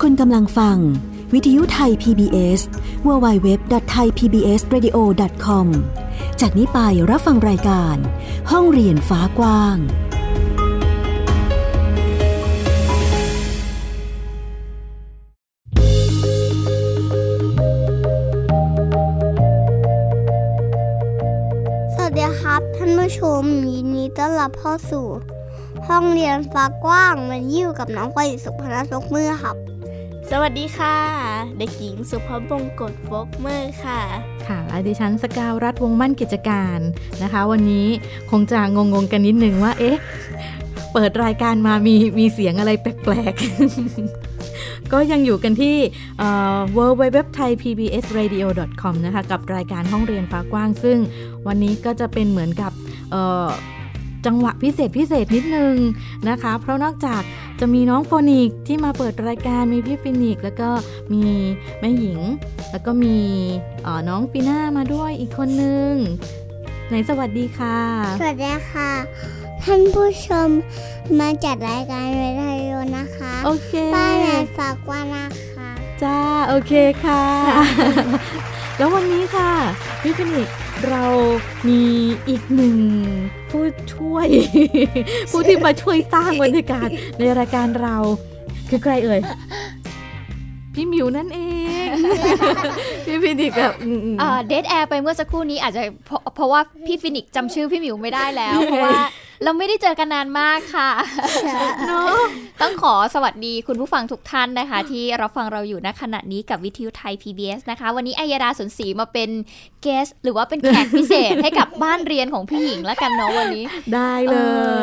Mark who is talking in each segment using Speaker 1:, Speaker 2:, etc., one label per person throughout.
Speaker 1: คุณกำลังฟัง วิทยุไทย PBS www.thaipbsradio.com จากนี้ไปรับฟังรายการ ห้องเรียนฟ้ากว้าง
Speaker 2: สวัสดีครับ ท่านผู้ชมยินดีต้อนรับเข้าสู่ ห้องเรียนฟ้ากว้างมันยิ่วกับน้องไกวสุพนัสลกมือครับ
Speaker 3: สวัสดีค่ะ เด็กหญิงสุภบงกฎฟกเมอร์ค่ะ
Speaker 4: ค่ะและดิฉันสกาวรัฐวงศ์มั่นกิจการนะคะ วันนี้คงจะงงงๆกันนิดนึงว่า เอ๊ะ เปิดรายการมามีมีเสียงอะไรแปลกๆ ก็ยังอยู่กันที่ w w w t h a i p b s r a d i o c o m นะคะ กับรายการห้องเรียนฟ้ากว้าง ซึ่งวันนี้ก็จะเป็นเหมือนกับเอ่อจังหวะพิเศษพิเศษนิดนึงนะคะ เพราะนอกจากจะมีน้องโฟนิกที่มาเปิดรายการมีพี่ฟินิกแล้วก็มีแม่หญิง แล้วก็มีเอ่อน้องปีน่ามาด้วยอีกคนนึงไหนสวัสดีค่ะ
Speaker 2: สวัสดีค่ะ ท่านผู้ชมมาจัดรายการวิทยุนะคะ
Speaker 4: โอเค
Speaker 2: บ้านแอนฟ้ากว้างนะคะ
Speaker 4: จ้า โอเคค่ะ แล้ววันนี้ค่ะ พี่ฟินิกเรามีอีกหนึ่งผู้ช่วย ผู้ที่มาช่วยสร้างบรรยากาศ ในรายการเรา คือใครเอ่ย พี่หมิวนั่นเอง พี่ฟินิกแบบอืมๆ
Speaker 5: เดทแอร์ไปเมื่อสักครู่นี้อาจจะเพราะเพราะว่าพี่ฟินิกซ์จำชื่อพี่หมิวไม่ได้ แล้ว เพราะว่าเราไม่ได้เจอกันนานมากค่ะ ต้องขอสวัสดีคุณผู้ฟังทุกท่านนะคะ ที่รับฟังเราอยู่ณขณะนี้กับวิทยุไทย PBS นะคะ วันนี้อัยดาสุนศรีมาเป็นเกส หรือว่าเป็นแขกพิเศษให้กับบ้านเรียนของพี่หญิงแล้วกันเนาะวันนี้
Speaker 4: ได้เล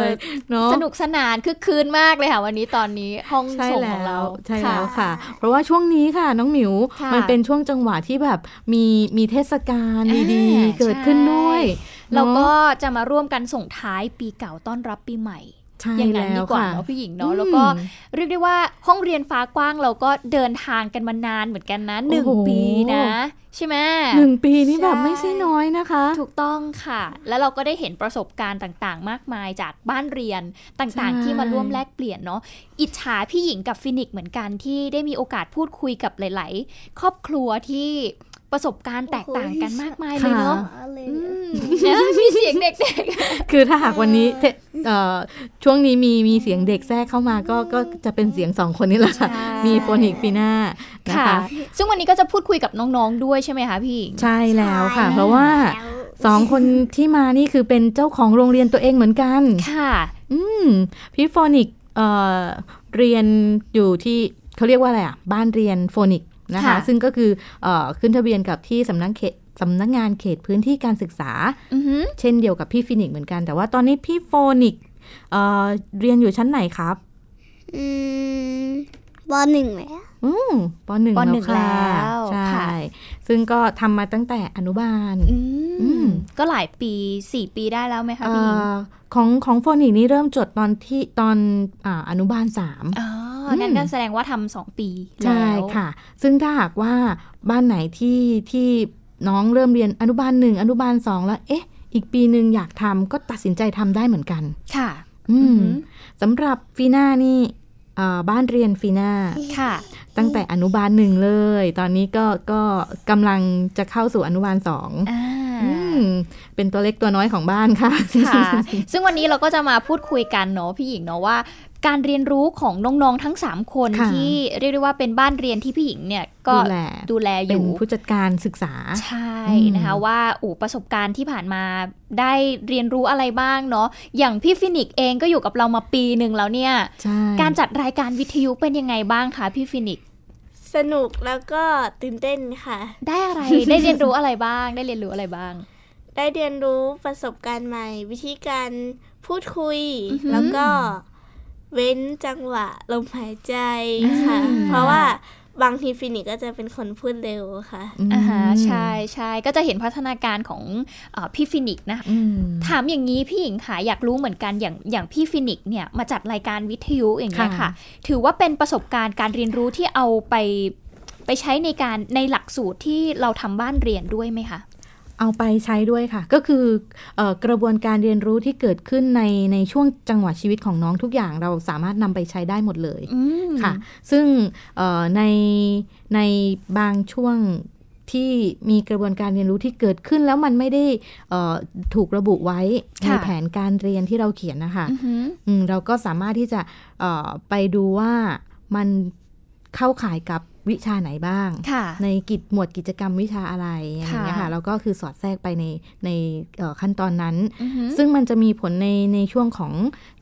Speaker 4: ยเนาะ
Speaker 5: สนุกสนานคึกคืนมากเลยค่ะ วันนี้ตอนนี้ห้อง
Speaker 4: ใช่
Speaker 5: ส่ง
Speaker 4: แล้
Speaker 5: ของเรา
Speaker 4: วใช่แล้วค่ะ เพราะว่าช่วงนี้ค่ะน้องหมิว
Speaker 5: ค่ะ
Speaker 4: มันเป็นช่วงจังหวะที่แบบมีมีเทศกาลดีๆ เกิดขึ้นด้วย
Speaker 5: เราก็
Speaker 4: นอะ
Speaker 5: จะมาร่วมกันส่งท้ายปีเก่าต้อนรับปีใหม่
Speaker 4: ใช่
Speaker 5: อย่างนั้น
Speaker 4: แล้
Speaker 5: ดี
Speaker 4: ว
Speaker 5: กว่า
Speaker 4: ค่ะ
Speaker 5: เนาะพี่หญิงเนาะแล้วก็
Speaker 4: อืม
Speaker 5: เรียกได้ว่าห้องเรียนฟ้ากว้างเราก็เดินทางกันมานานเหมือนกันนะหนึ่ง
Speaker 4: โอ้โห
Speaker 5: ปีนะ ใช่ไหม
Speaker 4: หนึ่งปีนี่แบบ
Speaker 5: ใช่
Speaker 4: ไม่ใช่น้อยนะคะ
Speaker 5: ถูกต้องค่ะ แล้วเราก็ได้เห็นประสบการณ์ต่างๆ มากมายจากบ้านเรียนต่าง
Speaker 4: ใช่
Speaker 5: ๆ ที่มาร่วมแลกเปลี่ยนเนาะอิจฉาพี่หญิงกับฟินิกซ์เหมือนกันที่ได้มีโอกาสพูดคุยกับหลายๆ ครอบครัวที่ประสบการณ์แตกต่างกันมากมายเลยเนาะอืมนะมีเสียงเด็ก
Speaker 4: คือถ้าหากวันนี้เทเอ่อช่วงนี้มีมีเสียงเด็กแทรกเข้ามาก็ก็จะเป็นเสียงสองคนนี่แหละค่ะ
Speaker 5: ๆ
Speaker 4: มีโฟนิกปีหน้านะ
Speaker 5: ค่ะ
Speaker 4: คะ
Speaker 5: ซึ่งวันนี้ก็จะพูดคุยกับน้องๆด้วยใช่ไหมคะพี่หญิง
Speaker 4: ใช่แล้วค่ะ
Speaker 2: ใช่
Speaker 4: เพราะว่าสองคนที่มานี่คือเป็นเจ้าของโรงเรียนตัวเองเหมือนกัน
Speaker 5: ค่ะ
Speaker 4: อืมพี่โฟนิกเอ่อเรียนอยู่ที่เขาเรียกว่าอะไรอ่ะ บ้านเรียนโฟนิกนะคะ
Speaker 5: ค่ะ
Speaker 4: ซึ่งก็คือเอ่อขึ้นทะเบียนกับที่สำนักเขตสำนักงานเขตพื้นที่การศึกษา
Speaker 5: อือหือ
Speaker 4: เช่นเดียวกับพี่ฟินิกเหมือนกัน แต่ว่าตอนนี้พี่โฟนิกเอ่อเรียนอยู่ชั้นไหนครับ
Speaker 2: อืมบหนึ่งแล้ว
Speaker 4: อืมปหนึ่ง
Speaker 5: ป
Speaker 4: แล้
Speaker 5: หนึ่
Speaker 4: ว
Speaker 5: ง
Speaker 4: ค่ะ
Speaker 5: แล้ว
Speaker 4: ใช่
Speaker 5: ค่ะ
Speaker 4: ซึ่งก็ทำมาตั้งแต่อนุบาล
Speaker 5: อืม
Speaker 4: อืม
Speaker 5: ก็หลายปีสี่ปีได้แล้วไหมคะ
Speaker 4: เอ่
Speaker 5: พี่หญิง
Speaker 4: อของของโฟนิกนี่เริ่มจดตอนที่ตอนอาอนุบาลสาม
Speaker 5: อ๋ออ
Speaker 4: ม
Speaker 5: งั้นก็แสดงว่าทำสองปี
Speaker 4: ใช่
Speaker 5: แล้ว
Speaker 4: ค่ะ ซึ่งถ้าหากว่าบ้านไหนที่ที่น้องเริ่มเรียนอนุบาลหนึ่งอนุบาลสองแล้ว เอ๊ะ อีกปีหนึ่งอยากทำก็ตัดสินใจทำได้เหมือนกัน
Speaker 5: ค่ะ
Speaker 4: อื
Speaker 5: อื
Speaker 4: ม
Speaker 5: อหือ
Speaker 4: สำหรับฟีน่านี่เอ่อบ้านเรียนฟีน่า
Speaker 5: ค่ะ
Speaker 4: ตั้งแต่อนุบาลหนึ่งเลย ตอนนี้ก็ก็กำลังจะเข้าสู่อนุบาลสอง
Speaker 5: อ่า
Speaker 4: อืมเป็นตัวเล็กตัวน้อยของบ้านค่ะ
Speaker 5: ค่ะ ซึ่งวันนี้เราก็จะมาพูดคุยกันเนาะพี่หญิงเนาะว่า การเรียนรู้ของน้องๆทั้ง 3 คน
Speaker 4: ค่ะ
Speaker 5: ที่เรียกได้ว่าเป็นบ้านเรียนที่พี่หญิงเนี่ยก็
Speaker 4: ดูแล
Speaker 5: ดูแลอ
Speaker 4: เป็น
Speaker 5: ยู่
Speaker 4: ผู้จัดการศึกษา
Speaker 5: ใช่
Speaker 4: อืม
Speaker 5: นะคะว่าโอ้ประสบการณ์ที่ผ่านมาได้เรียนรู้อะไรบ้างเนาะอย่างพี่ฟินิกซ์เองก็อยู่กับเรามาปีหนึ่งแล้วเนี่ย
Speaker 4: ใช่
Speaker 5: การจัดรายการวิทยุเป็นยังไงบ้างคะพี่ฟินิกซ์
Speaker 3: สนุกแล้วก็ตื่นเต้นค่ะ
Speaker 5: ได้ อะไร ได้เรียนรู้อะไรบ้าง ได้เรียนรู้อะไรบ้าง
Speaker 3: ได้เรียนรู้ประสบการณ์ใหม่ วิธีการพูดคุย
Speaker 5: อือหือ
Speaker 3: แล้วก็เว้นจังหวะลมหายใจค่ะ
Speaker 5: อ่า
Speaker 3: เพราะว่าบางทีฟินิกก็จะเป็นคนพูดเร็วค่ะ
Speaker 4: ม
Speaker 5: อ่าฮะใช่ใช่ก็จะเห็นพัฒนาการของเอ่อพี่ฟินิกซ์นะคะ
Speaker 4: อืม
Speaker 5: ถามอย่างนี้พี่หญิงค่ะอยากรู้เหมือนกันอย่างอย่างพี่ฟินิกซ์เนี่ยมาจัดรายการวิทยุอย่างเงี้ย
Speaker 4: ค่ะ
Speaker 5: ค่ะ ถือว่าเป็นประสบการณ์การเรียนรู้ที่เอาไปไปใช้ในการในหลักสูตรที่เราทำบ้านเรียนด้วยไหมคะ
Speaker 4: เอาไปใช้ด้วยค่ะ ก็คือเออกระบวนการเรียนรู้ที่เกิดขึ้นในในช่วงจังหวะชีวิตของน้องทุกอย่างเราสามารถนำไปใช้ได้หมดเลย
Speaker 5: อืม
Speaker 4: ค่ะ ซึ่งเอ่อในในบางช่วงที่มีกระบวนการเรียนรู้ที่เกิดขึ้นแล้วมันไม่ได้เอ่อถูกระบุไว้ใน
Speaker 5: ค่ะ
Speaker 4: แผนการเรียนที่เราเขียนนะคะ
Speaker 5: อือหือ
Speaker 4: อืมเราก็สามารถที่จะเอ่อไปดูว่ามันเข้าข่ายกับวิชาไหนบ้าง
Speaker 5: ค่ะ
Speaker 4: ในกิจหมวดกิจกรรมวิชาอะไรอะไรอย่างเงี้ย
Speaker 5: ค่ะ
Speaker 4: ค่ะแล้วก็คือสอดแทรกไปในในเอ่อขั้นตอนนั้น
Speaker 5: อือหือ
Speaker 4: ซึ่งมันจะมีผลในในช่วงของ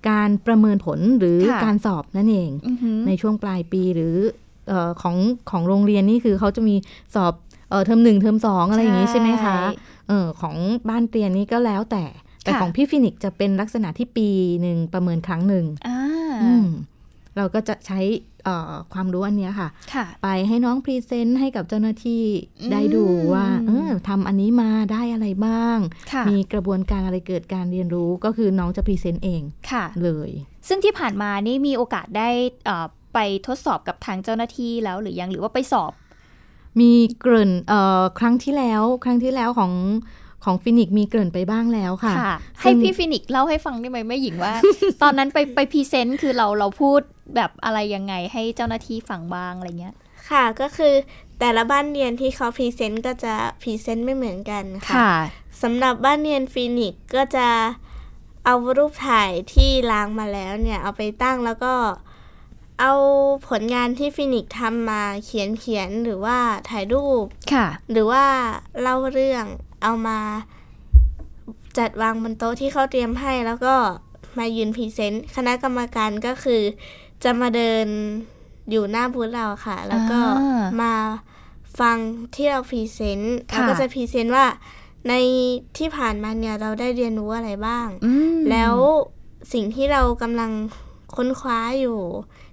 Speaker 4: การประเมินผลหรือ
Speaker 5: ค่ะ
Speaker 4: การสอบนั่นเอง
Speaker 5: อือหือ
Speaker 4: ในช่วงปลายปีหรือเออของของโรงเรียนนี่คือเขาจะมีสอบเอ่อเทอมหนึ่งเทอมสองอะไรอย่างนี้ใช่ไหมคะเออของบ้านเรียนนี่ก็แล้วแต่ แต่
Speaker 5: ค่ะ
Speaker 4: ของพี่ฟินิกส์จะเป็นลักษณะที่ปีหนึ่งประเมินครั้งหนึ่ง
Speaker 5: อ่า
Speaker 4: อืมเราก็จะใช้เอ่อความรู้อันเนี้ยค่ะ
Speaker 5: ค่ะ
Speaker 4: ไปให้น้องพรีเซนต์ให้กับเจ้าหน้าที่
Speaker 5: อืม
Speaker 4: ได้ดูว่าเออทำอันนี้มาได้อะไรบ้าง
Speaker 5: ค่ะ
Speaker 4: มีกระบวนการอะไรเกิดการเรียนรู้ก็คือน้องจะพรีเซนต์เอง
Speaker 5: ค่ะ
Speaker 4: เลย
Speaker 5: ซึ่งที่ผ่านมานี่มีโอกาสได้เอ่อไปทดสอบกับทางเจ้าหน้าที่แล้วหรือยังหรือว่าไปสอบ
Speaker 4: มีเกริ่นเอ่อครั้งที่แล้วครั้งที่แล้วของของฟินิกซ์มีเกริ่นไปบ้างแล้วค่ะ
Speaker 5: ค่ะ
Speaker 4: ซึ่
Speaker 5: ให้
Speaker 4: ง
Speaker 5: พี่ฟินิกซ์เล่าให้ฟังได้ไหมแม่หญิงว่า ตอนนั้นไปไปพรีเซนต์คือเราเราพูดแบบอะไรยังไงให้เจ้าหน้าที่ฟังบ้างอะไรเงี้ย
Speaker 3: ค่ะก็คือแต่ละบ้านเรียนที่เขาพรีเซนต์ก็จะพรีเซนต์ไม่เหมือนกันค่ะสำหรับบ้านเรียนฟีนิกซ์ก็จะเอารูปถ่ายที่ล้างมาแล้วเนี่ยเอาไปตั้งแล้วก็เอาผลงานที่ฟินิกซ์ทำมาเขียนเขียนหรือว่าถ่ายรูป
Speaker 5: ค่ะ
Speaker 3: หรือว่าเล่าเรื่องเอามาจัดวางบนโต๊ะที่เขาเตรียมให้แล้วก็มายืนพรีเซนต์คณะกรรมการก็คือจะมาเดินอยู่หน้าบูธเราค่ะ แล้วก็
Speaker 5: อ่า
Speaker 3: มาฟังที่เราพรีเซนต์
Speaker 5: ค่ะ
Speaker 3: เราก็จะพรีเซนต์ว่าในที่ผ่านมาเนี่ยเราได้เรียนรู้อะไรบ้าง
Speaker 5: อืม
Speaker 3: แล้วสิ่งที่เรากำลังค้นคว้าอยู่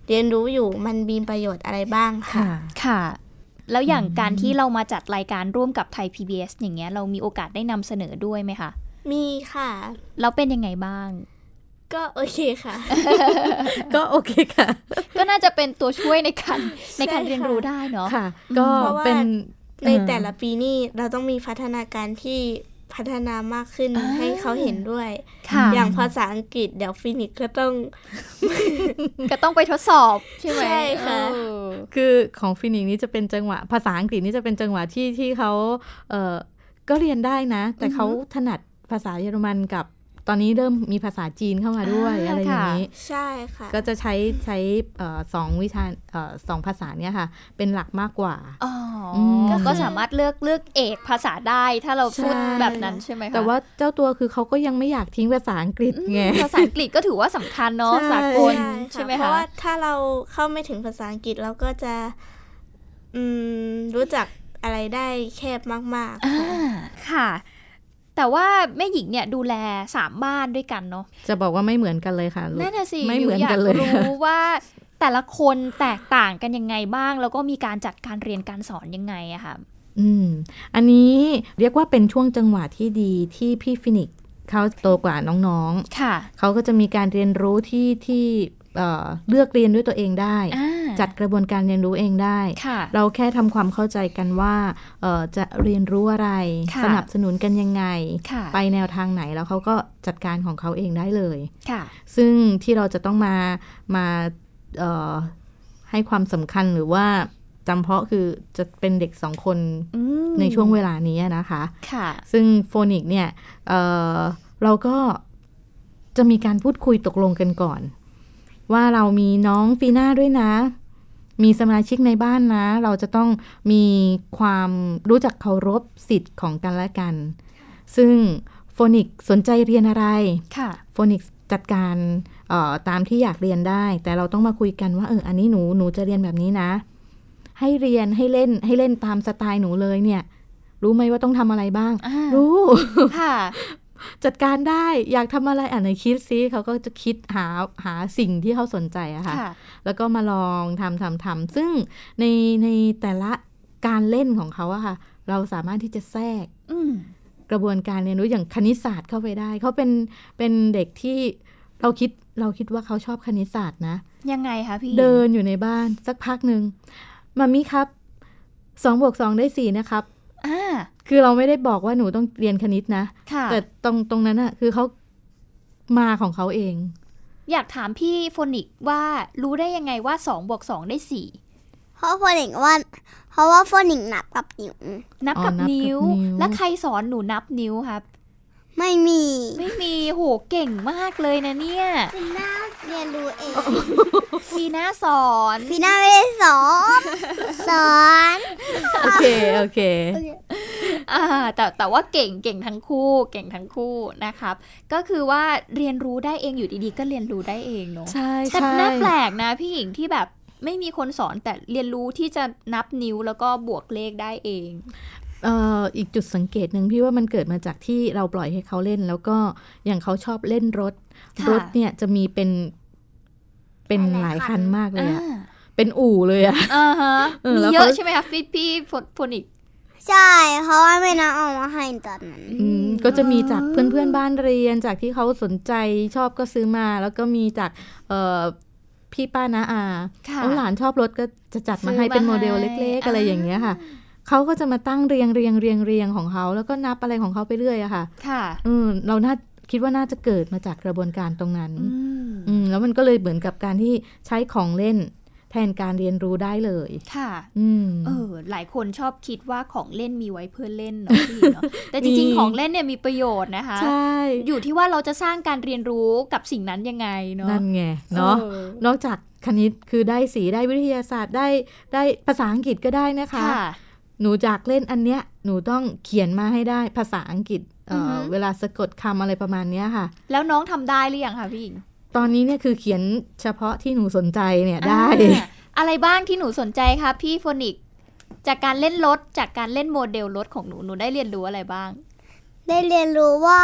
Speaker 3: เรียนรู้อยู่มันมีประโยชน์อะไรบ้างค่ะ
Speaker 4: ค่ะ
Speaker 5: ค่ะ แล้วอย่างการที่เรามาจัดรายการร่วมกับไทย PBS อย่างเงี้ยเรามีโอกาสได้นำเสนอด้วยไหมคะ
Speaker 3: มีค่ะ
Speaker 5: แล้วเป็นยังไงบ้าง
Speaker 3: ก็โอเคค่ะ
Speaker 4: ก็โอเคค่ะ
Speaker 5: ก็น่าจะเป็นตัวช่วยใน การในการ
Speaker 3: ใช่ค่ะ
Speaker 5: เรียนรู้ได้เนาะ
Speaker 4: ค่ะ ก็
Speaker 3: เพราะว่า
Speaker 4: เป็น
Speaker 3: ใน
Speaker 4: เออ
Speaker 3: แต่ละปีนี่เราต้องมีพัฒนาการที่พัฒนามากขึ้น
Speaker 5: อ่า
Speaker 3: ให้เขาเห็นด้วย
Speaker 5: ค่ะ
Speaker 3: อย่างภาษาอังกฤษเดี๋ยวฟินิกส์ก็ต้อง
Speaker 5: ก็ต้องไปทดสอบใช่ไหม
Speaker 3: ใช่ค่ะ
Speaker 5: เออ
Speaker 4: คือของฟินิกซ์นี่จะเป็นจังหวะ ภาษาอังกฤษนี่จะเป็นจังหวะที่ที่เขาเออก็เรียนได้นะ แต่เขาถนัดภาษาเยอรมันกับตอนนี้เริ่มมีภาษาจีนเข้ามาด้วย
Speaker 5: อ่า
Speaker 4: อะไรอย่าง
Speaker 5: ค่ะ
Speaker 4: นี้
Speaker 3: ใช่ค่ะ
Speaker 4: ก็จะใช้ใช้เอ่อสองวิชาเอ่อสองภาษาเนี่ยค่ะ เป็นหลักมากกว่า
Speaker 5: อ๋ออ
Speaker 4: ม
Speaker 5: ก็ก็สามารถเลือกเลือกเอกภาษาได้ ถ้าเราพูด
Speaker 4: ใช่
Speaker 5: แบบนั้นใช่ไหมคะ
Speaker 4: แต่ว่าเจ้าตัวคือเขาก็ยังไม่อยากทิ้งภาษาอังกฤษ
Speaker 5: อืม
Speaker 4: ไง
Speaker 5: ภาษาอังกฤษก็ถือว่าสำคัญเนาะ
Speaker 4: ใช่
Speaker 5: สากลใช่ไหม
Speaker 3: เพ
Speaker 5: คะ
Speaker 3: ราะว่าถ้าเราเข้าไม่ถึงภาษาอังกฤษเราก็จะ อืม รู้จักอะไรได้แคบมากๆค่ะ
Speaker 5: อ่าค่ะ แต่ว่าแม่หญิงเนี่ยดูแลสามบ้านด้วยกันเนาะ
Speaker 4: จะบอกว่าไม่เหมือนกันเลยค่ะลูก
Speaker 5: นั่นน่ะสิ
Speaker 4: ไม่เหมือนกันเลย
Speaker 5: หอยารู้ว่าแต่ละคนแตกต่างกันยังไงบ้าง แล้วก็มีการจัดการเรียนการสอนยังไงอะค่ะ
Speaker 4: อืม อันนี้เรียกว่าเป็นช่วงจังหวะที่ดีที่พี่ฟินิกส์เขาโตกว่าน้อง
Speaker 5: ค่ะ
Speaker 4: ๆ เขาก็จะมีการเรียนรู้ที่ที่เอ่อเลือกเรียนด้วยตัวเองได้
Speaker 5: อ่า
Speaker 4: จัดกระบวนการเรียนรู้เองได้
Speaker 5: ค่ะ
Speaker 4: เราแค่ทำความเข้าใจกันว่าเอ่อจะเรียนรู้อะไร
Speaker 5: ค่ะ
Speaker 4: สนับสนุนกันยังไง
Speaker 5: ค่ะ
Speaker 4: ไปแนวทางไหนแล้วเขาก็จัดการของเขาเองได้เลย
Speaker 5: ค่ะ
Speaker 4: ซึ่งที่เราจะต้องมามาเอ่อให้ความสำคัญหรือว่าจำเพาะคือจะเป็นเด็กสองคน
Speaker 5: อืม
Speaker 4: ในช่วงเวลานี้นะคะ
Speaker 5: ค่ะ
Speaker 4: ซึ่งโฟนิกเนี่ยเอ่อเราก็จะมีการพูดคุยตกลงกันก่อน ว่าเรามีน้องฟีน่าด้วยนะ มีสมาชิกในบ้านนะ เราจะต้องมีความรู้จักเคารพสิทธิ์ของกันและกัน ซึ่งโฟนิกสนใจเรียนอะไร
Speaker 5: ค่ะ
Speaker 4: โฟนิกส์จัดการเอ่อตามที่อยากเรียนได้ แต่เราต้องมาคุยกันว่าเอออันนี้หนูหนูจะเรียนแบบนี้นะ ให้เรียนให้เล่นให้เล่นตามสไตล์หนูเลยเนี่ย รู้ไหมว่าต้องทำอะไรบ้าง
Speaker 5: อ่า
Speaker 4: รู้
Speaker 5: ค่ะ
Speaker 4: จัดการได้อยากทำอะไรอ่านในคิดซิเขาก็จะคิดหาหาสิ่งที่เขาสนใจอะค่ะ
Speaker 5: ค่ะ
Speaker 4: แล้วก็มาลองทำทำทำซึ่งในในแต่ละการเล่นของเขาอะค่ะ เราสามารถที่จะแทรก
Speaker 5: อืม
Speaker 4: กระบวนการเรียนรู้อย่างคณิตศาสตร์เข้าไปได้ เขาเป็นเป็นเด็กที่เราคิดเราคิดว่าเขาชอบคณิตศาสตร์นะ
Speaker 5: ยังไงคะพี่
Speaker 4: เดินอยู่ในบ้านสักพักหนึ่งมามีครับสองบวกสองได้สี่นะครับ
Speaker 5: อ่า
Speaker 4: คือเราไม่ได้บอกว่าหนูต้องเรียนคณิตนะ
Speaker 5: ค่ะ
Speaker 4: แต่ตรงตรงนั้นอะคือเขามาของเขาเอง
Speaker 5: อยากถามพี่โฟนิกว่ารู้ได้ยังไงว่า2บวก2ได้สี่
Speaker 2: เพราะโฟนิกว่า เพราะว่าโฟนิกนับกับนิ้ว
Speaker 5: นับ
Speaker 4: อ๋อ
Speaker 5: กับ
Speaker 4: นับกับ
Speaker 5: นิ้ว
Speaker 4: นิ้ว
Speaker 5: แล้วใครสอนหนูนับนิ้วครับ
Speaker 2: ไม่มี
Speaker 5: ไม่มีโหเก่งมากเลยนะเนี่ย
Speaker 2: ฟีน่าเรียนรู้เอง
Speaker 5: มีหน้าสอน
Speaker 2: ฟีน่าไม่ได้สอนสอน
Speaker 4: โอเค โอเค
Speaker 5: อ่าแต่แต่ว่าเก่งเก่งทั้งคู่เก่งทั้งคู่นะครับ ก็คือว่าเรียนรู้ได้เองอยู่ดีๆ ก็เรียนรู้ได้เองเนาะ
Speaker 4: ใช่
Speaker 5: แต่
Speaker 4: ใช่
Speaker 5: น่าแปลกนะพี่หญิงที่แบบไม่มีคนสอนแต่เรียนรู้ที่จะนับนิ้วแล้วก็บวกเลขได้เอง
Speaker 4: เอ่ออีกจุดสังเกตหนึ่งพี่ว่ามันเกิดมาจากที่เราปล่อยให้เขาเล่น แล้วก็อย่างเขาชอบเล่นรถ
Speaker 5: ค่ะ
Speaker 4: รถเนี่ยจะมีเป็น เป็นหลายคันมากเลย
Speaker 5: อ่า
Speaker 4: อะเป็นอู่เลยอะ
Speaker 5: อ่าฮะ
Speaker 4: เออ
Speaker 5: มี
Speaker 4: แล้ว
Speaker 5: เย
Speaker 4: ก็
Speaker 5: อะใช่ไหมคะพี่พี่โฟโฟนิก
Speaker 2: ใช่ เพราะว่าไม่น้าเอามาให้ตอนนั้น
Speaker 4: อืมก็จะมีจากเพื่อนเพื่อนๆบ้านเรียนจากที่เขาสนใจชอบก็ซื้อมา แล้วก็มีจากเอ่อพี่ป้าน้าอา
Speaker 5: ค่ะ
Speaker 4: เอาหลานชอบรถก็จะจัด
Speaker 5: ซื้
Speaker 4: มา
Speaker 5: อ
Speaker 4: ให้เป็น
Speaker 5: มา
Speaker 4: โมเดล
Speaker 5: ให้
Speaker 4: เล็กๆอะไร
Speaker 5: อ่า
Speaker 4: อย่างเงี้ยค่ะเขาก็จะมาตั้งเรียงเรียงเรียงเรียงของเขาแล้วก็นับอะไรของเขาไปเรื่อยอะค่ะ
Speaker 5: ค่ะ
Speaker 4: อืมเราน่าคิดว่าน่าจะเกิดมาจากกระบวนการตรงนั้น
Speaker 5: อืม
Speaker 4: อืมแล้วมันก็เลยเหมือนกับการที่ใช้ของเล่น แทนการเรียนรู้ได้เลย
Speaker 5: ค่ะ
Speaker 4: อืม
Speaker 5: เออหลายคนชอบคิดว่าของเล่นมีไว้เพื่อเล่ นเนาะพี่เนาะแต่จริง
Speaker 4: มี
Speaker 5: ๆของเล่นเนี่ยมีประโยชน์นะคะ
Speaker 4: ใช่
Speaker 5: อยู่ที่ว่าเราจะสร้างการเรียนรู้กับสิ่งนั้นยังไงเนาะ
Speaker 4: นั่นไงเนาะ
Speaker 5: ออน
Speaker 4: อกจากคณิตคือได้สีได้วิทยาศาสตร์ได้ได้ภาษาอังกฤษก็ได้นะคะ
Speaker 5: ค่ะ
Speaker 4: หนูจากเล่นอันเนี้ยหนูต้องเขียนมาให้ได้ภาษาอังกฤษเอ่อ
Speaker 5: อือฮึ
Speaker 4: เวลาสะกดคำอะไรประมาณเนี้ยค่ะ
Speaker 5: แล้วน้องทำได้หรือยังคะพี่หญิง
Speaker 4: ตอนนี้เนี่ยคือเขียนเฉพาะที่หนูสนใจเนี่ยได้
Speaker 5: อ่าอะไรบ้างที่หนูสนใจคะพี่โฟนิกจากการเล่นรถจากการเล่นโมเดลรถของหนูหนูได้เรียนรู้อะไรบ้าง
Speaker 2: ได้เรียนรู้ว่า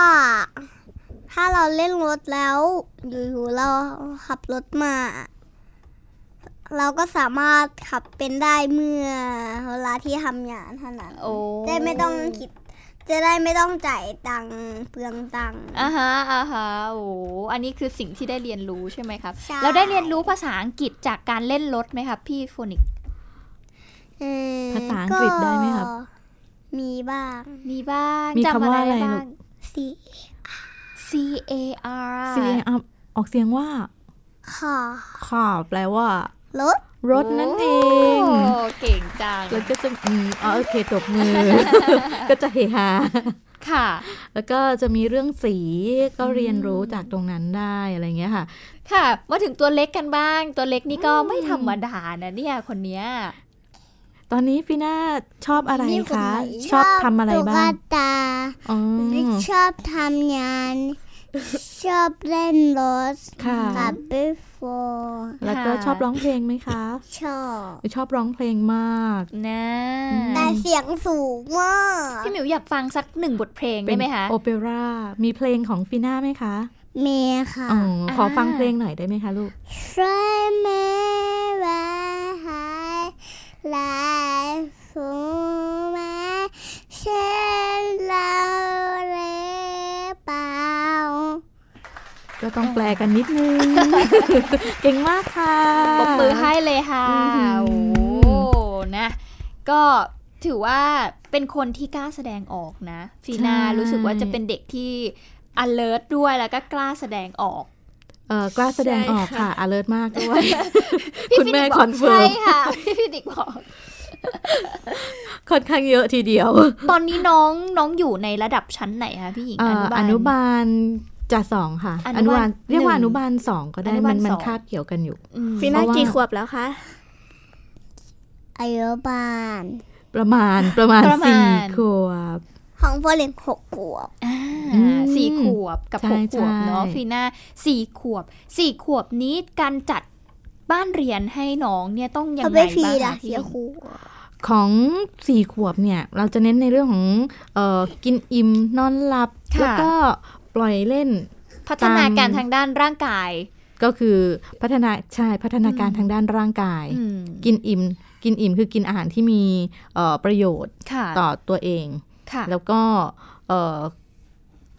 Speaker 2: ถ้าเราเล่นรถแล้ว อยู่ๆเราขับรถมา เราก็สามารถขับเป็นได้เมื่อเวลาที่ทำงานเท่านั้น
Speaker 5: โอ้
Speaker 2: จะไม่ต้องคิด จะได้ไม่ต้องจ่ายตังค์เปลืองตังค์
Speaker 5: อ่าฮะอ่าฮะโอ้อันนี้คือสิ่งที่ได้เรียนรู้ใช่ไหมครับ
Speaker 2: ใช่
Speaker 5: แล้วได้เรียนรู้ภาษาอังกฤษจากการเล่นรถไหมครับพี่โฟนิก
Speaker 2: เออ
Speaker 4: ภาษาอังกฤษได้ไหมครับ
Speaker 2: ก็มีบ้าง
Speaker 5: มีบ้าง
Speaker 4: มี
Speaker 5: จำ
Speaker 4: คำ
Speaker 5: อะไร
Speaker 4: ว่าอะไร
Speaker 5: ได้
Speaker 4: ลู
Speaker 5: บ้าง
Speaker 4: ก
Speaker 2: สิ
Speaker 5: C A R
Speaker 4: เสียงอ่ะออกเสียงว่า
Speaker 2: ค่ะ
Speaker 4: ข่าแปลว่า
Speaker 2: รถ
Speaker 4: รถนั่นเอง
Speaker 5: โเก่งจัง
Speaker 4: แล้วก็จะอืมอ๋อโอเคตบมือ ก็จะเฮฮา
Speaker 5: ค่ะ
Speaker 4: แล้วก็จะมีเรื่องสีก็เรียนรู้จากตรงนั้นได้อะไรเงี้ยค่ะ
Speaker 5: ค่ะ มาถึงตัวเล็กกันบ้าง ตัวเล็กนี่ก็ไม่ธรรมดานะเนี่ยคนเนี้ย
Speaker 4: ตอนนี้พี่นาชอบอะไร
Speaker 2: นี่
Speaker 4: คะ
Speaker 2: นหน
Speaker 4: ชอบทำอะไรบ้าง
Speaker 2: ตุ๊กตา
Speaker 4: อ๋อ
Speaker 2: ชอบทำงาน ชอบเล่นรถ
Speaker 4: ค่ะ
Speaker 2: กับบิฟโฟ
Speaker 4: แล้วก็ชอบร้องเพลงไหมคะ
Speaker 2: ชอบ
Speaker 4: ชอบร้องเพลงมาก
Speaker 5: นะ
Speaker 4: อืม
Speaker 2: แต่เสียงสูงมาก
Speaker 5: พี่หมิวอยากฟังสักหนึ่งบทเพลงได้ไหมคะ
Speaker 4: โอเปร่ามีเพลงของฟีน่าไหมคะ
Speaker 2: เมย์ค่ะ
Speaker 4: อ๋อขออา ฟังเพลงหน่อยได้ไหมคะลูก
Speaker 2: ช่วยเมย์ไว้ให้หลายฝูงแม่เช่นเราหรือเปล่า
Speaker 4: ก็ต้องแปลกันนิดนึ ง เก่งมากค่ะ
Speaker 5: ปรบมือให้เลยค่ะ
Speaker 4: อื้อหื
Speaker 5: โอ้
Speaker 4: อ
Speaker 5: นะ ก็ถือว่าเป็นคนที่กล้าแสดงออกนะ ฟีน่ารู้สึกว่าจะเป็นเด็กที่ alert ด้วยแล้วก็กล้าแสดงออก
Speaker 4: เออกล้าแสดงออกค่ะ alert มากด้วย
Speaker 5: พี่
Speaker 4: คุณ
Speaker 5: ฟิ
Speaker 4: แม่
Speaker 5: นิกบ
Speaker 4: ค
Speaker 5: อ
Speaker 4: อก นเฟิ
Speaker 5: ใช่
Speaker 4: ร์ม
Speaker 5: ค่ะ พี่ฟินิกบอก
Speaker 4: ค่อนข้างเยอะทีเดียว
Speaker 5: ตอนนี้น้องน้องอยู่ในระดับชั้นไหนคะพี่หญิง
Speaker 4: เอ่
Speaker 5: อ
Speaker 4: อ
Speaker 5: นุบาล
Speaker 4: อนุบาลจะสองค่ะ
Speaker 5: อนุบาล
Speaker 4: เรียกว่า
Speaker 5: หนึ่
Speaker 4: อง นุบาลสองก็ได้
Speaker 5: อนุบา
Speaker 4: มั
Speaker 5: ล
Speaker 4: นมัน
Speaker 5: สอง
Speaker 4: คาบเกี่ยวกันอยู่
Speaker 5: อืม
Speaker 3: ฟีน่า
Speaker 4: เพราะว่า
Speaker 3: กี่ขวบแล้วคะ
Speaker 2: อายุบาล
Speaker 4: ประมาณประมาณ
Speaker 5: ประมาณ
Speaker 4: สี่ขวบ
Speaker 2: ของโฟลิงหกขวบ
Speaker 4: อืม
Speaker 5: สี่ขวบกับ
Speaker 4: ใช่
Speaker 5: หกขวบ
Speaker 4: ใช่
Speaker 5: เนาะฟีน่าสี่ขวบสี่ขวบนี้การจัดบ้านเรียนให้น้องเนี่ยต้องยังไง
Speaker 2: เขา
Speaker 5: บ้า
Speaker 2: ไม่ฟรี
Speaker 5: ง
Speaker 2: ละ
Speaker 5: คะพี่
Speaker 2: เสียครู
Speaker 4: ของสี่ขวบเนี่ย เราจะเน้นในเรื่องของเอ่อกินอิ่มนอนหลับ แล้วก็ปล่อยเล่น
Speaker 5: พัฒนาการ
Speaker 4: ตาม
Speaker 5: ทางด้านร่างกาย
Speaker 4: ก็คือพัฒนาใช่พัฒนาการทางด้านร่างกาย
Speaker 5: อืม
Speaker 4: กินอิ่ม กินอิ่มคือกินอาหารที่มีเอ่อประโยชน์
Speaker 5: ค่ะ
Speaker 4: ต่อตัวเอง
Speaker 5: ค่ะ
Speaker 4: แล้วก็เอ่อ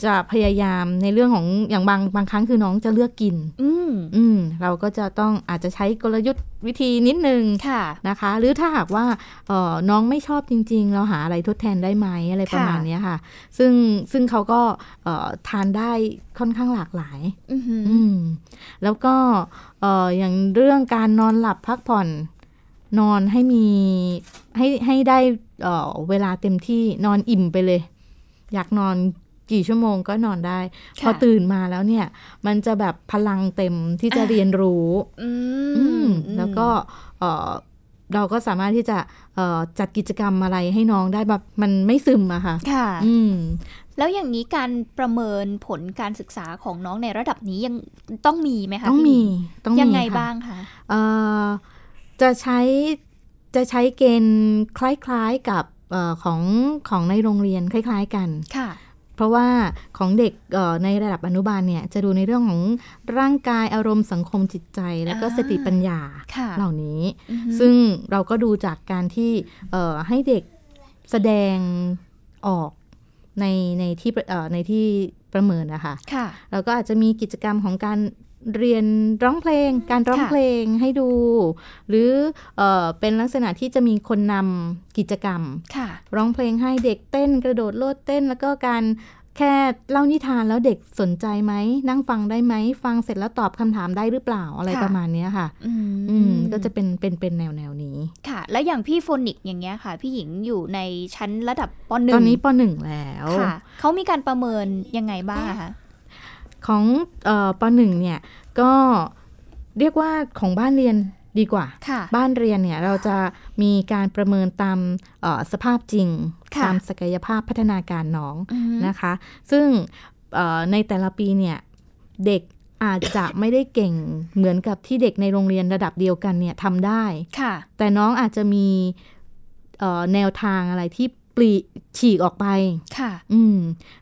Speaker 4: จะพยายามในเรื่องของอย่างบางบางครั้งคือน้องจะเลือกกิน
Speaker 5: อืม
Speaker 4: อืม เราก็จะต้องอาจจะใช้กลยุทธ์วิธีนิดนึง
Speaker 5: ค่ะ
Speaker 4: นะคะหรือถ้าหากว่าเอ่อน้องไม่ชอบจริง ๆ เราหาอะไรทดแทนได้ไหมอะไรประ
Speaker 5: ค่ะ
Speaker 4: มาณเนี้ยค่ะ ซึ่งซึ่งเขาก็เอ่อทานได้ค่อนข้างหลากหลาย
Speaker 5: อือหือ
Speaker 4: อืม แล้วก็เอ่ออย่างเรื่องการนอนหลับพักผ่อนนอนให้มีให้ให้ได้เอ่อเวลาเต็มที่นอนอิ่มไปเลย อยากนอนกี่ชั่วโมงก็นอนได้ พอ
Speaker 5: ค่ะ
Speaker 4: ตื่นมาแล้วเนี่ย มันจะแบบพลังเต็มที่จะเรียนรู้
Speaker 5: อื
Speaker 4: อื
Speaker 5: ม
Speaker 4: มแล้วก็เอ่อเราก็สามารถที่จะเอ่อจัดกิจกรรมอะไรให้น้องได้แบบมันไม่ซึมอะค่ะ
Speaker 5: ค่ะ
Speaker 4: อืม
Speaker 5: แล้วอย่างนี้การประเมินผลการศึกษาของน้องในระดับนี้ยังต้องมีไหมคะ
Speaker 4: ต้อง
Speaker 5: พี่
Speaker 4: มีต้องมี
Speaker 5: ยังไง
Speaker 4: ค่ะ
Speaker 5: บ้างคะ
Speaker 4: เอ่อจะใช้จะใช้เกณฑ์คล้ายๆกับเอ่อของของในโรงเรียนคล้าย ๆกัน
Speaker 5: ค่ะ
Speaker 4: เพราะว่าของเด็กเอ่อในระดับอนุบาลเนี่ยจะดูในเรื่องของร่างกายอารมณ์สังคมจิตใจ แล้วก็
Speaker 5: อ่า
Speaker 4: สติปัญญา
Speaker 5: ค่ะ
Speaker 4: เหล่านี้
Speaker 5: อือหือ
Speaker 4: ซึ่งเราก็ดูจากการที่เอ่อให้เด็กแสดงออกในในที่ประเอ่อในที่ประเมินนะคะ
Speaker 5: ค่ะ
Speaker 4: แล้วก็อาจจะมีกิจกรรมของการเรียนร้องเพลง การร้อง
Speaker 5: ค่ะ
Speaker 4: เพลงให้ดู หรือเออเป็นลักษณะที่จะมีคนนำกิจกรรม
Speaker 5: ค่ะ
Speaker 4: ร้องเพลงให้เด็กเต้นกระโดดโลดเต้น แล้วก็การแค่เล่านิทานแล้วเด็กสนใจไหม นั่งฟังได้ไหม ฟังเสร็จแล้วตอบคำถามได้หรือเปล่าอะไร
Speaker 5: ค่ะ
Speaker 4: ประมาณเนี้ยค่ะ
Speaker 5: อืม
Speaker 4: อืมก็จะเป็นเป็นเป็นแนวแนวๆนี้
Speaker 5: ค่ะ แล้วอย่างพี่โฟนิกอย่างเงี้ยค่ะ พี่หญิงอยู่ในชั้นระดับปหนึ่ง
Speaker 4: ตอนนี้ปหนึ่งแล้ว
Speaker 5: ค่ะ เขามีการประเมินยังไงบ้างอะคะ
Speaker 4: ของเอ่อปหนึ่งเนี่ยก็เรียกว่าของบ้านเรียนดีกว่า
Speaker 5: ค่ะ
Speaker 4: บ้านเรียนเนี่ยเราจะมีการประเมินตามเอ่อสภาพจริง
Speaker 5: ค่ะ
Speaker 4: ตามศักยภาพพัฒนาการน้อง
Speaker 5: อือหือ
Speaker 4: นะคะ ซึ่งเอ่อในแต่ละปีเนี่ยเด็กอาจจะไม่ได้เก่งเหมือนกับที่เด็กในโรงเรียนระดับเดียวกันเนี่ยทำได้
Speaker 5: ค่ะ
Speaker 4: แต่น้องอาจจะมีเอ่อแนวทางอะไรที่ปลีกฉีกออกไป
Speaker 5: ค่ะ
Speaker 4: อืม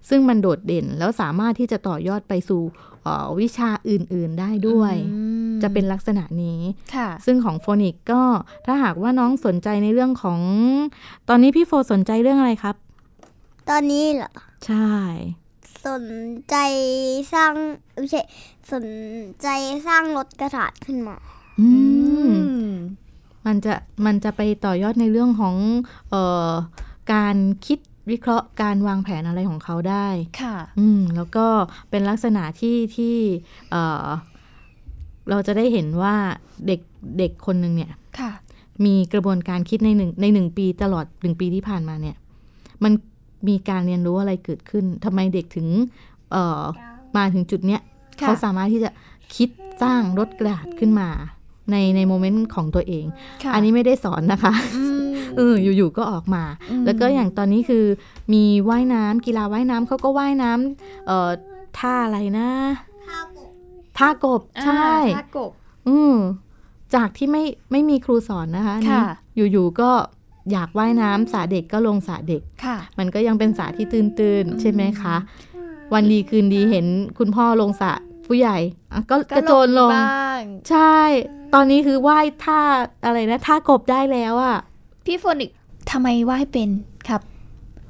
Speaker 4: ซึ่งมันโดดเด่นแล้วสามารถที่จะต่อยอดไปสู่เอ่อวิชาอื่น ๆ ได้ด้วย
Speaker 5: อืม
Speaker 4: จะเป็นลักษณะนี้
Speaker 5: ค่ะ
Speaker 4: ซึ่งของโฟนิกก็ถ้าหากว่าน้องสนใจในเรื่องของ ตอนนี้พี่โฟสนใจเรื่องอะไรครับ
Speaker 2: ตอนนี้เหรอ
Speaker 4: ใช่
Speaker 2: สนใจสร้างไม่ใช่สนใจสร้างรถกระดาษขึ้นมา
Speaker 4: อื
Speaker 5: อื
Speaker 4: ม
Speaker 5: ม
Speaker 4: มันจะมันจะไปต่อยอดในเรื่องของเอ่อการคิดวิเคราะห์การวางแผนอะไรของเขาได้
Speaker 5: ค่ะ
Speaker 4: อืมแล้วก็เป็นลักษณะที่ที่เอ่อเราจะได้เห็นว่าเด็กเด็กคนหนึ่งเนี่ย
Speaker 5: ค่ะ
Speaker 4: มีกระบวนการคิดในหนึ่งในหนึ่งปีตลอดหนึ่งปีที่ผ่านมาเนี่ย มันมีการเรียนรู้อะไรเกิดขึ้นทำไมเด็กถึงเอ่อมาถึงจุดเนี้ย
Speaker 5: ค่ะ
Speaker 4: เขาสามารถที่จะคิดสร้างรถกระดาษขึ้นมา ในในโมเมนต์ของตัวเอง
Speaker 5: ค่ะ
Speaker 4: อันนี้ไม่ได้สอนนะคะ
Speaker 5: อืม
Speaker 4: เอออยู่ๆก็ออกมา
Speaker 5: อืม
Speaker 4: แล้วก็อย่างตอนนี้คือมีว่ายน้ำกีฬาว่ายน้ำเขาก็ว่ายน้ำเอ่อท่าอะไรนะท่ากบใช่
Speaker 5: ท่ากบ
Speaker 4: อืมจากที่ไม่ไม่มีครูสอนนะคะอันนี้
Speaker 5: ค่ะ
Speaker 4: อยู่ๆก็อยากว่ายน้ำสระเด็กก็ลงสระเด็ก
Speaker 5: ค่ะ
Speaker 4: มันก็ยังเป็นสระที่ตื่นๆใช่ไหมคะ วันดีคืนดีเห็นคุณพ่อลงสระผู้ใหญ่อ่ะก็กระโจนลง
Speaker 5: บ้าง
Speaker 4: ใช่ ตอนนี้คือว่ายท่าอะไรนะท่ากบได้แล้วอะ่ะ
Speaker 5: พี่โฟนิกทำไมว่ายเป็นครับ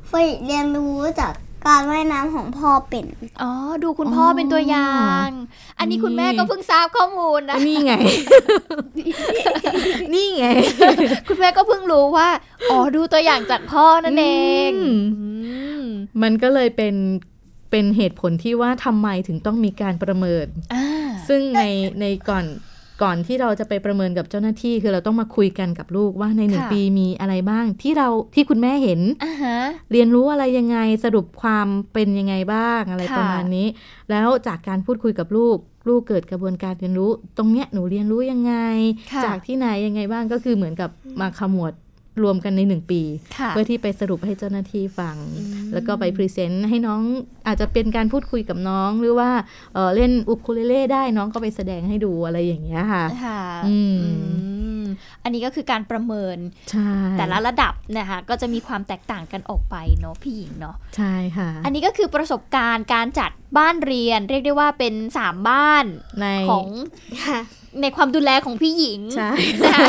Speaker 2: ไปเรียนรู้จากการว่ายน้ำของพ่อเป็น
Speaker 5: อ๋อ ดูคุณพ่อเป็นตัวอย่าง อันนี้คุณแม่ก็เพิ่งทราบข้อมูลนะ
Speaker 4: นี่ไง นี่ไง
Speaker 5: คุณแม่ก็เพิ่งรู้ว่า อ๋อ ดูตัวอย่างจากพ่อนั่นเอง
Speaker 4: อืม
Speaker 5: อืม
Speaker 4: มันก็เลยเป็นเป็นเหตุผลที่ว่าทำไมถึงต้องมีการประเมิน
Speaker 5: อ่า
Speaker 4: ซึ่งในในก่อนก่อนที่เราจะไปประเมินกับเจ้าหน้าที่ คือเราต้องมาคุยกันกับลูกว่าในหนึ่ง
Speaker 5: ค่ะ
Speaker 4: ปีมีอะไรบ้างที่เราที่คุณแม่เห็น
Speaker 5: อ่าฮะ
Speaker 4: เรียนรู้อะไรยังไงสรุปความเป็นยังไงบ้างอะไร
Speaker 5: ค่ะ
Speaker 4: ประมาณนี้ แล้วจากการพูดคุยกับลูก ลูกเกิดกระบวนการเรียนรู้ ตรงเนี้ยหนูเรียนรู้ยังไง
Speaker 5: ค่ะ
Speaker 4: จากที่ไหนยังไงบ้างก็คือเหมือนกับมาขมวดรวมกันในหนึ่งปี
Speaker 5: ค่ะ
Speaker 4: เพื่อที่ไปสรุปให้เจ้าหน้าที่ฟัง
Speaker 5: อืม
Speaker 4: แล้วก็ไปพรีเซนต์ให้น้องอาจจะเป็นการพูดคุยกับน้องหรือว่าเอ่อเล่นอุคูเลเล่ได้น้องก็ไปแสดงให้ดูอะไรอย่างเงี้ยค่ะ
Speaker 5: ค่ะ
Speaker 4: อืม
Speaker 5: อืม อันนี้ก็คือการประเมิน
Speaker 4: ใช่
Speaker 5: แต่ละระดับนะคะก็จะมีความแตกต่างกันออกไปเนาะพี่หญิงเนาะ
Speaker 4: ใช่ค่ะ
Speaker 5: อันนี้ก็คือประสบการณ์การจัดบ้านเรียน เรียกได้ว่าเป็น 3 บ้าน
Speaker 4: ใน
Speaker 5: ของ
Speaker 3: ค่ะ
Speaker 5: ในความดูแลของพี่หญิง
Speaker 4: ใช่
Speaker 5: นะคะ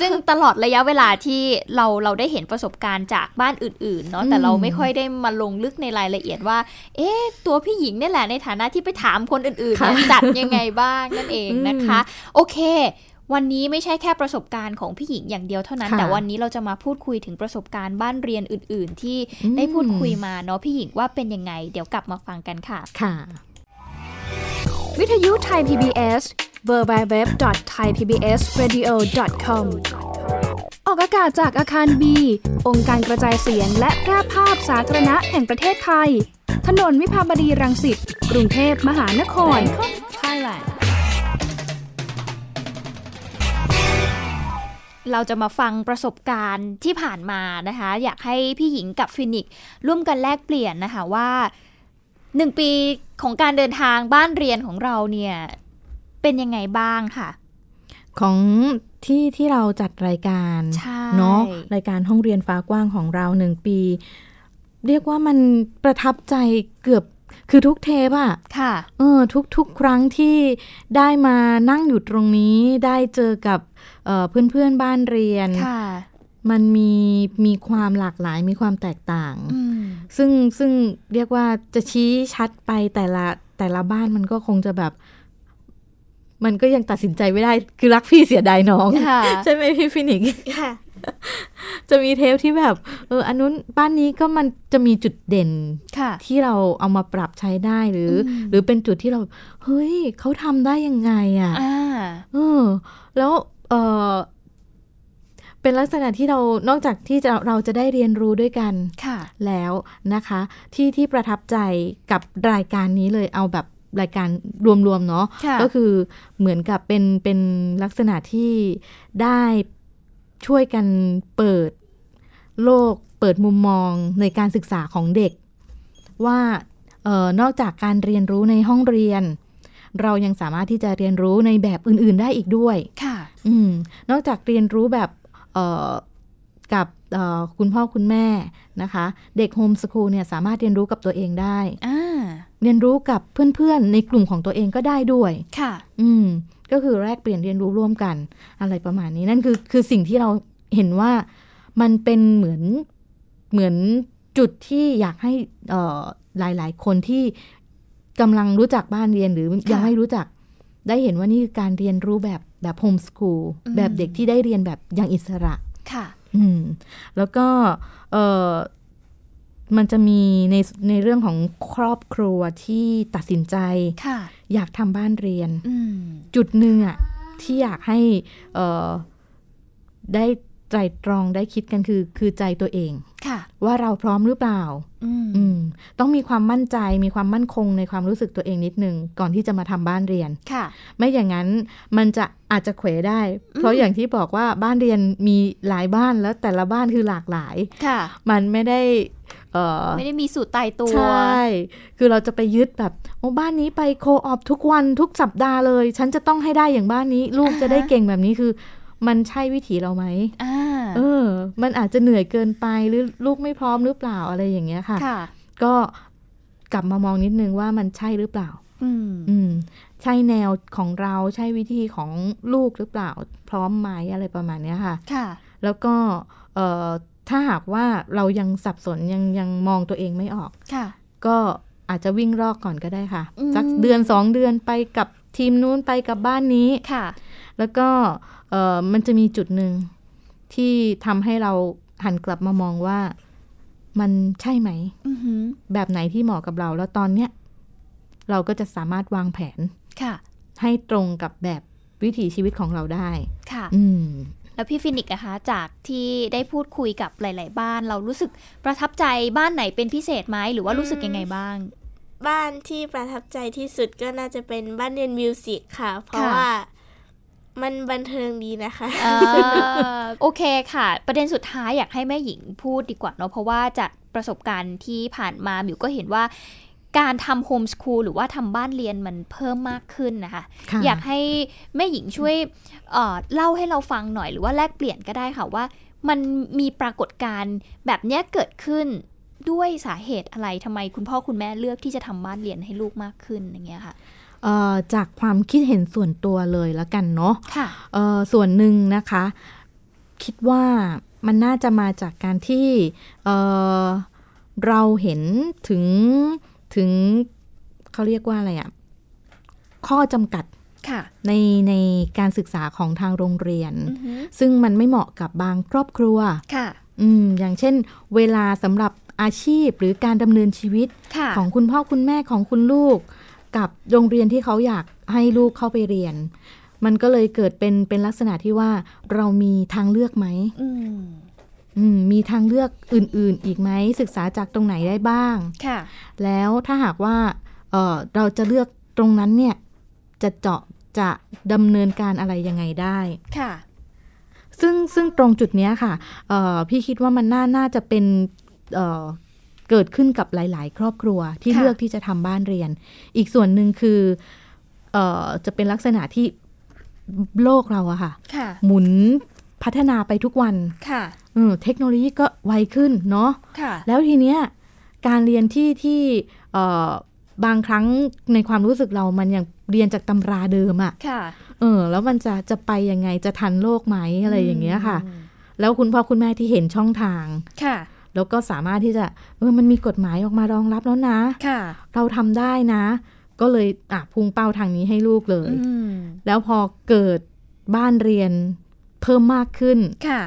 Speaker 5: ซึ่งตลอดระยะเวลาที่เราเราได้เห็นประสบการณ์จากบ้านอื่นๆเนาะแต่
Speaker 4: อืม
Speaker 5: เราไม่ค่อยได้มาลงลึกในรายละเอียดว่า เอ๊ะตัวพี่หญิงเนี่ยแหละในฐานะที่ไปถามคนอื่นๆเนี่ยจัดยังไงบ้างนั่นเองนะคะ โอเค วันนี้ไม่ใช่แค่ประสบการณ์ของพี่หญิงอย่างเดียวเท่านั้น
Speaker 4: ค่ะ
Speaker 5: แต่วันนี้เราจะมาพูดคุยถึงประสบการณ์บ้านเรียนอื่น ๆ ที่
Speaker 4: อืม
Speaker 5: ได้พูดคุยมาเนาะพี่หญิงว่าเป็นยังไง เดี๋ยวกลับมาฟังกันค่ะ
Speaker 4: ค่ะ
Speaker 6: วิทยุไทย PBS www.thaipbsradio.com ออกอากาศจากอาคารบี องค์การกระจายเสียงและแพร่ภาพสาธารณะแห่งประเทศไทย ถนนวิภาวดีรังสิต กรุงเทพมหานคร
Speaker 5: เราจะมาฟังประสบการณ์ที่ผ่านมานะคะ อยากให้พี่หญิงกับฟินิกซ์ร่วมกันแลกเปลี่ยนนะคะว่า 1 ปีของการเดินทางบ้านเรียนของเราเนี่ย เป็นยังไงบ้างค่ะ
Speaker 4: ของที่ที่เราจัดรายการ
Speaker 5: ใช่
Speaker 4: เนาะรายการห้องเรียนฟ้ากว้างของเราหนึ่งปี เรียกว่ามันประทับใจเกือบคือทุกเทปอะ
Speaker 5: ค่ะ
Speaker 4: เออทุกทุกครั้งที่ได้มานั่งอยู่ตรงนี้ได้เจอกับเอ่อเพื่อนๆบ้านเรียน
Speaker 5: ค่ะ
Speaker 4: มันมีมีความหลากหลายมีความแตกต่าง
Speaker 5: อืม
Speaker 4: ซึ่งซึ่งเรียกว่าจะชี้ชัดไปแต่ละแต่ละบ้านมันก็คงจะแบบ มันก็ยังตัดสินใจไม่ได้คือรักพี่เสียดายน้อง
Speaker 5: ค่ะ
Speaker 4: ใช่ไหมพี่ฟินิกซ์
Speaker 3: ค่ะ
Speaker 4: จะมีเทปที่แบบเอออันนู้นบ้านนี้ก็มันจะมีจุดเด่น
Speaker 5: ค่ะ
Speaker 4: ที่เราเอามาปรับใช้ได้หรืออหรือเป็นจุดที่เราแบบเฮ้ยเขาทำได้ยังไงอะ่ะ
Speaker 5: อ่า
Speaker 4: เออแล้วเออเป็นลักษณะที่เรานอกจากที่จะเราจะได้เรียนรู้ด้วยกัน
Speaker 5: ค่ะ
Speaker 4: แล้วนะคะ ที่ที่ประทับใจกับรายการนี้เลยเอาแบบรายการรวมๆเนาะ
Speaker 5: ค่ะ
Speaker 4: ก็คือเหมือนกับเป็นเป็นลักษณะที่ได้ช่วยกันเปิดโลกเปิดมุมมองในการศึกษาของเด็ก ว่าเออนอกจากการเรียนรู้ในห้องเรียน เรายังสามารถที่จะเรียนรู้ในแบบอื่น ๆ ได้อีกด้วย
Speaker 5: ค่ะ
Speaker 4: อืมนอกจากเรียนรู้แบบเอ่อกับเอ่อคุณพ่อคุณแม่นะคะ เด็กโฮมสคูลเนี่ยสามารถเรียนรู้กับตัวเองได้
Speaker 5: อ่า
Speaker 4: เรียนรู้กับเพื่อน ๆ ในกลุ่มของตัวเองก็ได้ด้วย
Speaker 5: ค่ะ
Speaker 4: อืมก็คือแลกเปลี่ยนเรียนรู้ร่วมกัน อะไรประมาณนี้นั่นคือคือสิ่งที่เราเห็นว่ามันเป็นเหมือนเหมือนจุดที่อยากให้เอ่อหลาย ๆ คนที่กำลังรู้จักบ้านเรียนหรือยังไม่รู้จัก ได้เห็นว่านี่คือการเรียนรู้แบบแบบโฮมสคูล
Speaker 5: อืม
Speaker 4: แบบเด็กที่ได้เรียนแบบอย่างอิสระ
Speaker 5: ค่ะ
Speaker 4: อืมแล้วก็เออมันจะมีในในเรื่องของครอบครัวที่ตัดสินใจ
Speaker 5: ค่ะ
Speaker 4: อยากทำบ้านเรียน
Speaker 5: อืม
Speaker 4: จุดหนึ่งอะที่อยากให้เอ่อได้ไตรตรองได้คิดกันคือ คือใจตัวเอง
Speaker 5: ค่ะ
Speaker 4: ว่าเราพร้อมหรือเปล่า
Speaker 5: อืม
Speaker 4: อืม ต้องมีความมั่นใจมีความมั่นคงในความรู้สึกตัวเองนิดนึง ก่อนที่จะมาทำบ้านเรียน
Speaker 5: ค่ะ
Speaker 4: ไม่อย่างนั้นมันจะอาจจะเขวได้ เพราะอย่างที่บอกว่าบ้านเรียนมีหลายบ้านแล้วแต่ละบ้านคือหลากหลาย
Speaker 5: ค่ะ
Speaker 4: มันไม่ได้เอ่อ
Speaker 5: ไม่ได้มีสูตรตายตัว
Speaker 4: ใช่ คือเราจะไปยึดแบบโอ้บ้านนี้ไปโคออฟทุกวันทุกสัปดาห์เลย ฉันจะต้องให้ได้อย่างบ้านนี้ ลูกจะได้เก่งแบบนี้คือ มันใช่วิถีเราไหม
Speaker 5: อ่า
Speaker 4: เออ มันอาจจะเหนื่อยเกินไปหรือลูกไม่พร้อมหรือเปล่าอะไรอย่างเงี้ยค่ะ
Speaker 5: ค่ะ
Speaker 4: ก็กลับมามองนิดนึงว่ามันใช่หรือเปล่า
Speaker 5: อืม
Speaker 4: อืม ใช่แนวของเราใช่วิธีของลูกหรือเปล่า พร้อมไหมอะไรประมาณเนี้ยค่ะ
Speaker 5: ค่ะ
Speaker 4: แล้วก็เอ่อถ้าหากว่าเรายังสับสนยังยังมองตัวเองไม่ออก
Speaker 5: ค่ะ
Speaker 4: ก็อาจจะวิ่งรอกก่อนก็ได้ค่ะ
Speaker 5: อืม
Speaker 4: สักเดือนสองเดือนไปกับทีมนู้นไปกับบ้านนี้
Speaker 5: ค่ะ
Speaker 4: แล้วก็เอ่อมันจะมีจุดหนึ่งที่ทำให้เราหันกลับมามองว่ามันใช่ไหม
Speaker 5: อือหือ
Speaker 4: แบบไหนที่เหมาะกับเรา แล้วตอนเนี้ยเราก็จะสามารถวางแผน
Speaker 5: ค่ะ
Speaker 4: ให้ตรงกับแบบวิถีชีวิตของเราได้
Speaker 5: ค่ะ
Speaker 4: อืม
Speaker 5: แล้วพี่ฟินิกส์นะคะ จากที่ได้พูดคุยกับหลาย ๆ บ้าน เรารู้สึกประทับใจบ้านไหนเป็นพิเศษไหม หรือว่ารู้สึกยังไงบ้าง
Speaker 3: บ้านที่ประทับใจที่สุดก็น่าจะเป็นบ้านเรียนมิวสิกค่ะ เพราะ
Speaker 5: ค่ะ
Speaker 3: ว่ามันบันเทิงดีนะคะ
Speaker 5: เอ่อ โอเคค่ะ ประเด็นสุดท้ายอยากให้แม่หญิงพูดดีกว่าเนาะเพราะว่าจากประสบการณ์ที่ผ่านมาบิวก็เห็นว่า การทำโฮมสคูลหรือว่าทำบ้านเรียนมันเพิ่มมากขึ้นนะคะ
Speaker 4: ค่ะ
Speaker 5: อยากให้แม่หญิงช่วยเอ่อเล่าให้เราฟังหน่อยหรือว่าแลกเปลี่ยนก็ได้ค่ะว่า มันมีปรากฏการณ์แบบเนี้ยเกิดขึ้นด้วยสาเหตุอะไรทำไมคุณพ่อคุณแม่เลือกที่จะทำบ้านเรียนให้ลูกมากขึ้นอย่างเงี้ยค่ะ
Speaker 4: เอ่อจากความคิดเห็นส่วนตัวเลยแล้วกันเนาะ
Speaker 5: ค่ะ
Speaker 4: เอ่อส่วนหนึ่งนะคะ คิดว่ามันน่าจะมาจากการที่เอ่อเราเห็นถึงถึงเขาเรียกว่าอะไรอะข้อจำกัด
Speaker 5: ค่ะ
Speaker 4: ในในการศึกษาของทางโรงเรียน
Speaker 5: อือหือ
Speaker 4: ซึ่งมันไม่เหมาะกับบางครอบครัว
Speaker 5: ค่ะ
Speaker 4: อืมอย่างเช่น เวลาสำหรับอาชีพหรือการดำเนินชีวิต
Speaker 5: ค่ะ
Speaker 4: ของคุณพ่อคุณแม่ของคุณลูก กับโรงเรียนที่เขาอยากให้ลูกเข้าไปเรียน มันก็เลยเกิดเป็นเป็นลักษณะที่ว่าเรามีทางเลือกไหม
Speaker 5: อืม
Speaker 4: อืมมีทางเลือกอื่น ๆ อีกไหมศึกษาจากตรงไหนได้บ้าง
Speaker 5: ค่ะ
Speaker 4: แล้วถ้าหากว่าเออเราจะเลือกตรงนั้นเนี่ยจะเจาะจะดำเนินการอะไรยังไงได้
Speaker 5: ค่ะ
Speaker 4: ซึ่งซึ่งตรงจุดเนี้ยค่ะเอ่อพี่คิดว่ามันน่าน่าจะเป็นเอ่อเกิดขึ้นกับหลาย ๆ ครอบครัวที่
Speaker 5: ค่ะ
Speaker 4: เลือกที่จะทำบ้านเรียน อีกส่วนหนึ่งคือเอ่อจะเป็นลักษณะที่โลกเราอะค่ะ
Speaker 5: ค่ะ
Speaker 4: หมุนพัฒนาไปทุกวัน
Speaker 5: ค่ะ
Speaker 4: เออเทคโนโลยีก็ไวขึ้นเนาะ
Speaker 5: ค่ะ
Speaker 4: แล้วทีเนี้ยการเรียนที่ที่เอ่อบางครั้งในความรู้สึกเรามันยังเรียนจากตำราเดิมอะ
Speaker 5: ค่ะ
Speaker 4: เออแล้วมันจะจะไปยังไงจะทันโลกไหมอะไรอย่างเงี้ยค่ะ แล้วคุณพ่อคุณแม่ที่เห็นช่องทาง
Speaker 5: ค่ะ
Speaker 4: แล้วก็สามารถที่จะเออมันมีกฎหมายออกมารองรับแล้วนะ
Speaker 5: ค่ะ
Speaker 4: เราทำได้นะ ก็เลยอ่ะพุ่งเป้าทางนี้ให้ลูกเลย
Speaker 5: อืม
Speaker 4: แล้วพอเกิดบ้านเรียนเพิ่มมากขึ้น
Speaker 5: ค่ะ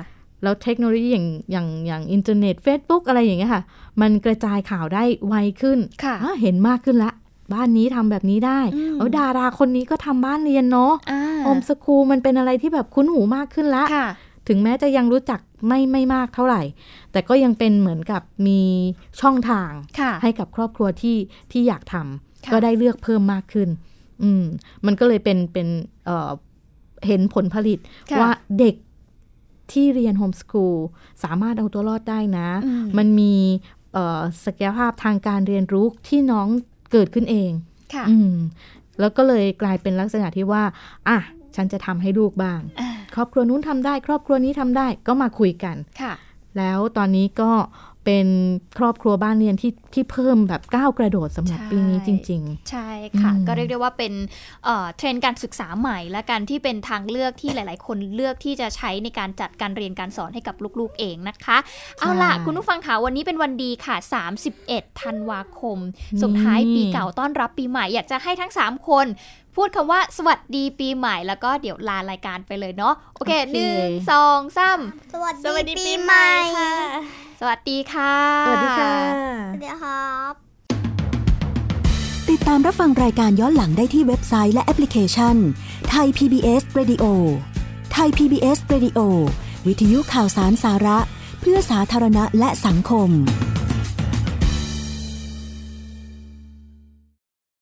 Speaker 4: แล้วเทคโนโลยีอย่างอย่างอย่างอินเทอร์เน็ต Facebook อะไรอย่างเงี้ยค่ะ มันกระจายข่าวได้ไวขึ้น
Speaker 5: ค่ะ
Speaker 4: อ่ะเห็นมากขึ้นละ บ้านนี้ทำแบบนี้ได้
Speaker 5: อืม
Speaker 4: แล้วดาราคนนี้ก็ทำบ้านเรียนเนาะ
Speaker 5: อ่า
Speaker 4: โฮมสคูลมันเป็นอะไรที่แบบคุ้นหูมากขึ้นละ
Speaker 5: ค่ะ
Speaker 4: ถึงแม้จะยังรู้จักไม่ไม่มากเท่าไหร่ แต่ก็ยังเป็นเหมือนกับมีช่องทาง
Speaker 5: ค่ะ
Speaker 4: ให้กับครอบครัวที่ที่อยากท
Speaker 5: ค่ะ
Speaker 4: ำก็ได้เลือกเพิ่มมากขึ้น อืมมันก็เลยเป็นเป็นเอ่อเห็นผลผลิต
Speaker 5: ค่ะ
Speaker 4: ว่าเด็กที่เรียนโฮมสคูลสามารถเอาตัวรอดได้นะ
Speaker 5: อืม
Speaker 4: มันมีเอ่อศักยภาพทางการเรียนรู้ที่น้องเกิดขึ้นเอง
Speaker 5: ค่ะ
Speaker 4: อืมแล้วก็เลยกลายเป็นลักษณะที่ว่า อ่ะ ฉันจะทำให้ลูกบ้าง
Speaker 5: อ่า
Speaker 4: ครอบครัวนู้นทำได้ ครอบครัวนี้ทำได้ ก็มาคุยกัน
Speaker 5: ค่ะ
Speaker 4: แล้วตอนนี้ก็เป็นครอบครัวบ้านเรียนที่ที่เพิ่มแบบก้าวกระโดดสำหรับ
Speaker 5: ใช่
Speaker 4: ปีนี้จริง
Speaker 5: ใช่ค่ะ
Speaker 4: อืม
Speaker 5: ก็เรียกได้ว่าเป็นเอ่อเทรนด์การศึกษาใหม่และกันที่เป็นทางเลือก ที่หลาย ๆ คนเลือกที่จะใช้ในการจัดการเรียนการสอนให้กับลูก ๆ เองนะคะ เอาล่ะ คุณผู้ฟังคะวันนี้เป็นวันดีค่ะ 31 ธันวาคม ส่งท้ายปีเก่าต้อนรับปีใหม่ อยากจะให้ทั้ง 3 คน พูดคำว่าสวัสดีปีใหม่ แล้วก็เดี๋ยวลารายการไปเลยเนาะโอเค
Speaker 4: โอเค
Speaker 5: หนึ่งสองสาม
Speaker 2: สวัส
Speaker 3: สวัสดี
Speaker 2: ดี
Speaker 3: ปี
Speaker 2: ปี
Speaker 3: ให
Speaker 2: ให
Speaker 3: ม่
Speaker 2: ม่
Speaker 3: ค่ะ
Speaker 5: สวัสดีค่ะ
Speaker 4: ๆ สวัสดีค่ะ
Speaker 2: สวัสดีครับ
Speaker 1: ติดตามรับฟังรายการย้อนหลังได้ที่เว็บไซต์และแอปพลิเคชันไทย PBS Radio ไทย PBS Radio วิทยุข่าวสารสาระ เพื่อสาธารณะและสังคม